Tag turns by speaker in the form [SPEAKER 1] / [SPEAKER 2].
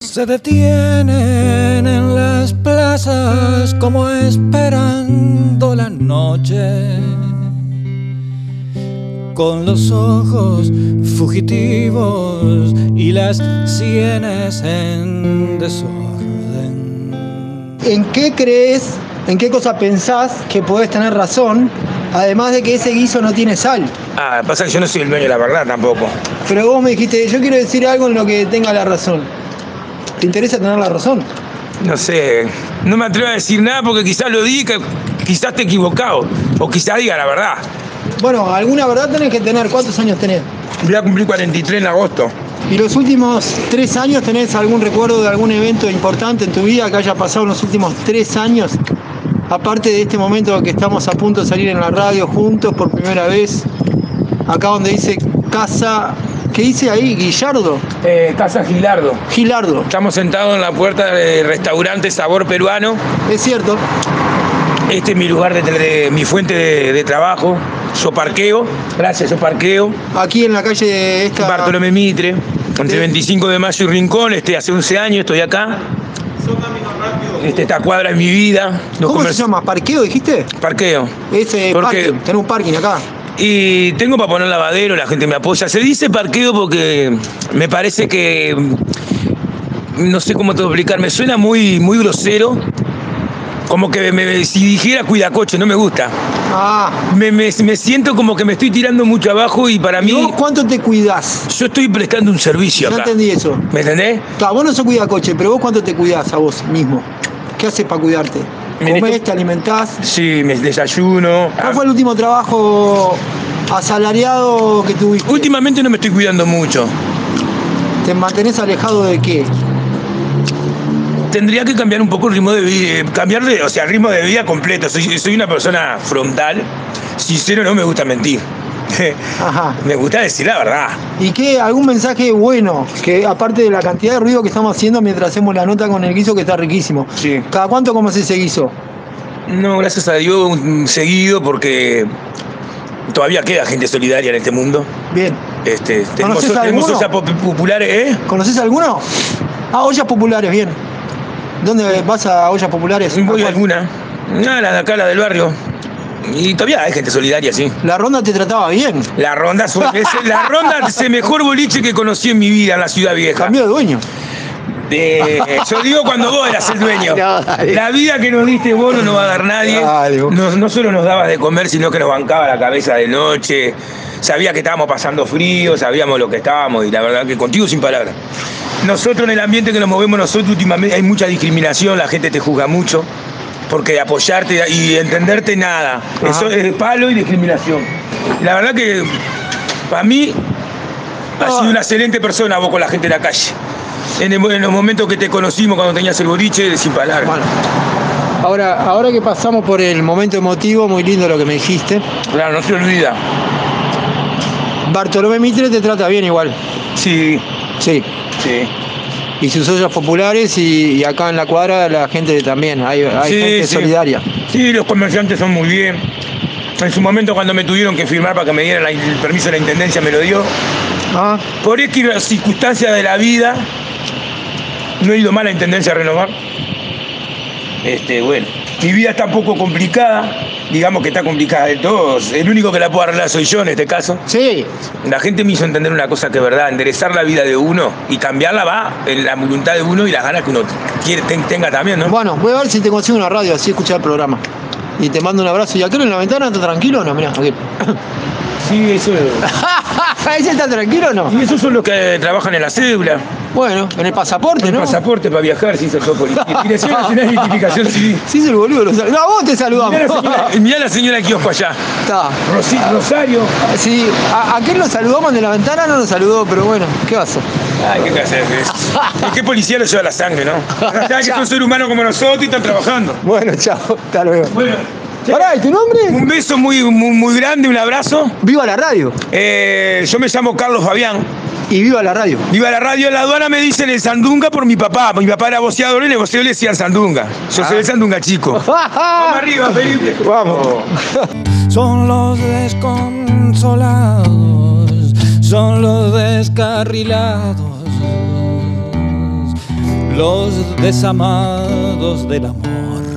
[SPEAKER 1] se detienen en las plazas como esperando la noche. Con los ojos fugitivos y las sienes en desorden.
[SPEAKER 2] ¿En qué crees, en qué cosa pensás que podés tener razón? Además de que ese guiso no tiene sal.
[SPEAKER 3] Ah, pasa que yo no soy el dueño de la verdad tampoco.
[SPEAKER 2] Pero vos me dijiste, yo quiero decir algo en lo que tenga la razón. ¿Te interesa tener la razón?
[SPEAKER 3] No sé, no me atrevo a decir nada porque quizás lo diga, quizás te he equivocado, o quizás diga la verdad.
[SPEAKER 2] Bueno, alguna verdad tenés que tener. ¿Cuántos años tenés?
[SPEAKER 3] Voy a cumplir 43 en agosto.
[SPEAKER 2] ¿Y los últimos tres años tenés algún recuerdo de algún evento importante en tu vida que haya pasado en los últimos tres años? Aparte de este momento que estamos a punto de salir en la radio juntos por primera vez, acá donde dice casa, ¿qué dice ahí? Guillardo,
[SPEAKER 3] Eh, Casa Gilardo.
[SPEAKER 2] Gilardo,
[SPEAKER 3] Estamos sentados en la puerta del restaurante Sabor Peruano.
[SPEAKER 2] es cierto.
[SPEAKER 3] Este es mi lugar, de, de- mi fuente de, de trabajo. Yo parqueo, gracias, yo parqueo.
[SPEAKER 2] Aquí en la calle de esta.
[SPEAKER 3] Bartolomé Mitre, entre
[SPEAKER 2] Sí.
[SPEAKER 3] 25 de mayo y Rincón, este, hace 11 años estoy acá. Este, esta cuadra es mi vida. Los
[SPEAKER 2] ¿Cómo
[SPEAKER 3] comer-
[SPEAKER 2] se llama? ¿Parqueo dijiste?
[SPEAKER 3] Parqueo.
[SPEAKER 2] Ese
[SPEAKER 3] ¿Por qué?
[SPEAKER 2] parking, tenés un parking acá.
[SPEAKER 3] Y tengo para poner lavadero, la gente me apoya. Se dice parqueo porque me parece que. mm, No sé cómo te voy a explicar, me suena muy, muy grosero. Como que me- si dijera cuidacoche, no me gusta.
[SPEAKER 2] Ah.
[SPEAKER 3] Me, me- me siento como que me estoy tirando mucho abajo y para
[SPEAKER 2] ¿Y
[SPEAKER 3] mí.
[SPEAKER 2] vos cuánto te cuidás?
[SPEAKER 3] Yo estoy prestando un servicio
[SPEAKER 2] No
[SPEAKER 3] acá.
[SPEAKER 2] entendí eso.
[SPEAKER 3] ¿Me entendés?
[SPEAKER 2] Está, vos no sos cuida coche, pero vos cuánto te cuidás a vos mismo. ¿Qué haces para cuidarte?
[SPEAKER 3] Mire,
[SPEAKER 2] ¿Comés,
[SPEAKER 3] yo-
[SPEAKER 2] te alimentás?
[SPEAKER 3] Sí, me desayuno.
[SPEAKER 2] ¿Cuál Ah, fue el último trabajo asalariado que tuviste?
[SPEAKER 3] Últimamente no me estoy cuidando mucho.
[SPEAKER 2] ¿Te mantenés alejado de qué?
[SPEAKER 3] Tendría que cambiar un poco el ritmo de vida, cambiar de, o sea, el ritmo de vida completo. Soy, soy una persona frontal, sincero, no me gusta mentir.
[SPEAKER 2] Ajá.
[SPEAKER 3] me gusta decir la verdad.
[SPEAKER 2] ¿Y qué? ¿Algún mensaje bueno? Que aparte de la cantidad de ruido que estamos haciendo mientras hacemos la nota con el guiso que está riquísimo.
[SPEAKER 3] Sí.
[SPEAKER 2] ¿Cada cuánto comes ese guiso?
[SPEAKER 3] No, gracias a Dios un- seguido porque todavía queda gente solidaria en este mundo.
[SPEAKER 2] Bien.
[SPEAKER 3] Este, tenemos
[SPEAKER 2] ¿Conoces
[SPEAKER 3] tenemos
[SPEAKER 2] alguno?
[SPEAKER 3] ollas pop- populares, ¿eh?
[SPEAKER 2] ¿Conoces alguno? Ah, ollas populares, bien. ¿Dónde vas a ollas populares?
[SPEAKER 3] Voy
[SPEAKER 2] ¿A
[SPEAKER 3] a
[SPEAKER 2] cuál?
[SPEAKER 3] alguna. Ah, la de acá, la del barrio. Y todavía hay gente solidaria, sí.
[SPEAKER 2] La ronda te trataba bien.
[SPEAKER 3] La ronda es, un- es- la ronda es el mejor boliche que conocí en mi vida en la ciudad vieja.
[SPEAKER 2] Cambió de dueño.
[SPEAKER 3] Eh, yo digo cuando vos eras el dueño.
[SPEAKER 2] No, dale.
[SPEAKER 3] La vida que nos diste vos no nos va a dar nadie.
[SPEAKER 2] Dale, vos.
[SPEAKER 3] No, no solo nos dabas de comer, sino que nos bancaba la cabeza de noche. Sabía que estábamos pasando frío, sabíamos lo que estábamos y la verdad que contigo sin palabras. Nosotros en el ambiente que nos movemos nosotros últimamente hay mucha discriminación, la gente te juzga mucho. Porque de apoyarte y entenderte nada.
[SPEAKER 2] Ajá.
[SPEAKER 3] Eso es palo y discriminación. La verdad que para mí Has
[SPEAKER 2] Oh.
[SPEAKER 3] sido una excelente persona vos con la gente de la calle. En, el- en los momentos que te conocimos cuando tenías el boliche, sin palabras.
[SPEAKER 2] Bueno. Ahora, ahora que pasamos por el momento emotivo, muy lindo lo que me dijiste.
[SPEAKER 3] Claro, no se olvida.
[SPEAKER 2] Bartolomé Mitre te trata bien igual.
[SPEAKER 3] Sí,
[SPEAKER 2] Sí.
[SPEAKER 3] sí.
[SPEAKER 2] Y sus ollas populares y, y acá en la cuadra la gente también. Hay, hay
[SPEAKER 3] Sí,
[SPEAKER 2] gente
[SPEAKER 3] sí.
[SPEAKER 2] solidaria.
[SPEAKER 3] Sí, los comerciantes son muy bien. En su momento cuando me tuvieron que firmar para que me dieran la- el permiso de la intendencia me lo dio.
[SPEAKER 2] Ah,
[SPEAKER 3] Por X circunstancias de la vida, no he ido mal a la intendencia a renovar. Este, bueno. Mi vida está un poco complicada, digamos que está complicada de todos. El único que la puedo arreglar soy yo en este caso.
[SPEAKER 2] sí.
[SPEAKER 3] La gente me hizo entender una cosa que es verdad, enderezar la vida de uno y cambiarla va en la voluntad de uno y las ganas que uno quiere, ten- tenga también, ¿no?
[SPEAKER 2] Bueno, voy a ver si te consigo una radio, así escuchar el programa. Y te mando un abrazo. ¿Y aquel en la ventana está tranquilo o no? Mirá, aquí.
[SPEAKER 3] Sí, eso
[SPEAKER 2] ¿Ese está tranquilo o no?
[SPEAKER 3] Y esos son los que trabajan en la cédula,
[SPEAKER 2] Bueno, en el pasaporte,
[SPEAKER 3] en
[SPEAKER 2] ¿no?
[SPEAKER 3] pasaporte para viajar, sin ser todo policía. Dirección Nacional de Identificación Civil.
[SPEAKER 2] Sí, es el boludo. Lo sal- No, vos te
[SPEAKER 3] Mirá la
[SPEAKER 2] saludamos.
[SPEAKER 3] señora, mirá la señora del kiosco allá.
[SPEAKER 2] Está.
[SPEAKER 3] Rosi- Rosario.
[SPEAKER 2] Sí, a, aquel lo saludamos de la ventana, no lo saludó, pero bueno, ¿qué pasó?
[SPEAKER 3] Ay, qué clase de- ¿Y qué policía lo lleva la sangre, no? Ya que son seres humanos como nosotros y están trabajando.
[SPEAKER 2] Bueno, chao, hasta luego.
[SPEAKER 3] Bueno,
[SPEAKER 2] Pará, ¿y tu nombre?
[SPEAKER 3] un beso muy, muy, muy grande, un abrazo.
[SPEAKER 2] Viva la radio.
[SPEAKER 3] Eh, yo me llamo Carlos Fabián.
[SPEAKER 2] Y viva la radio.
[SPEAKER 3] Viva la radio de la aduana, me dicen el Sandunga por mi papá. Mi papá era boceador y el boceador le decían Sandunga. Yo soy el Sandunga chico. Ah. Vamos arriba, Felipe.
[SPEAKER 2] Vamos.
[SPEAKER 1] Son los desconsolados, son los descarrilados. los desamados del amor.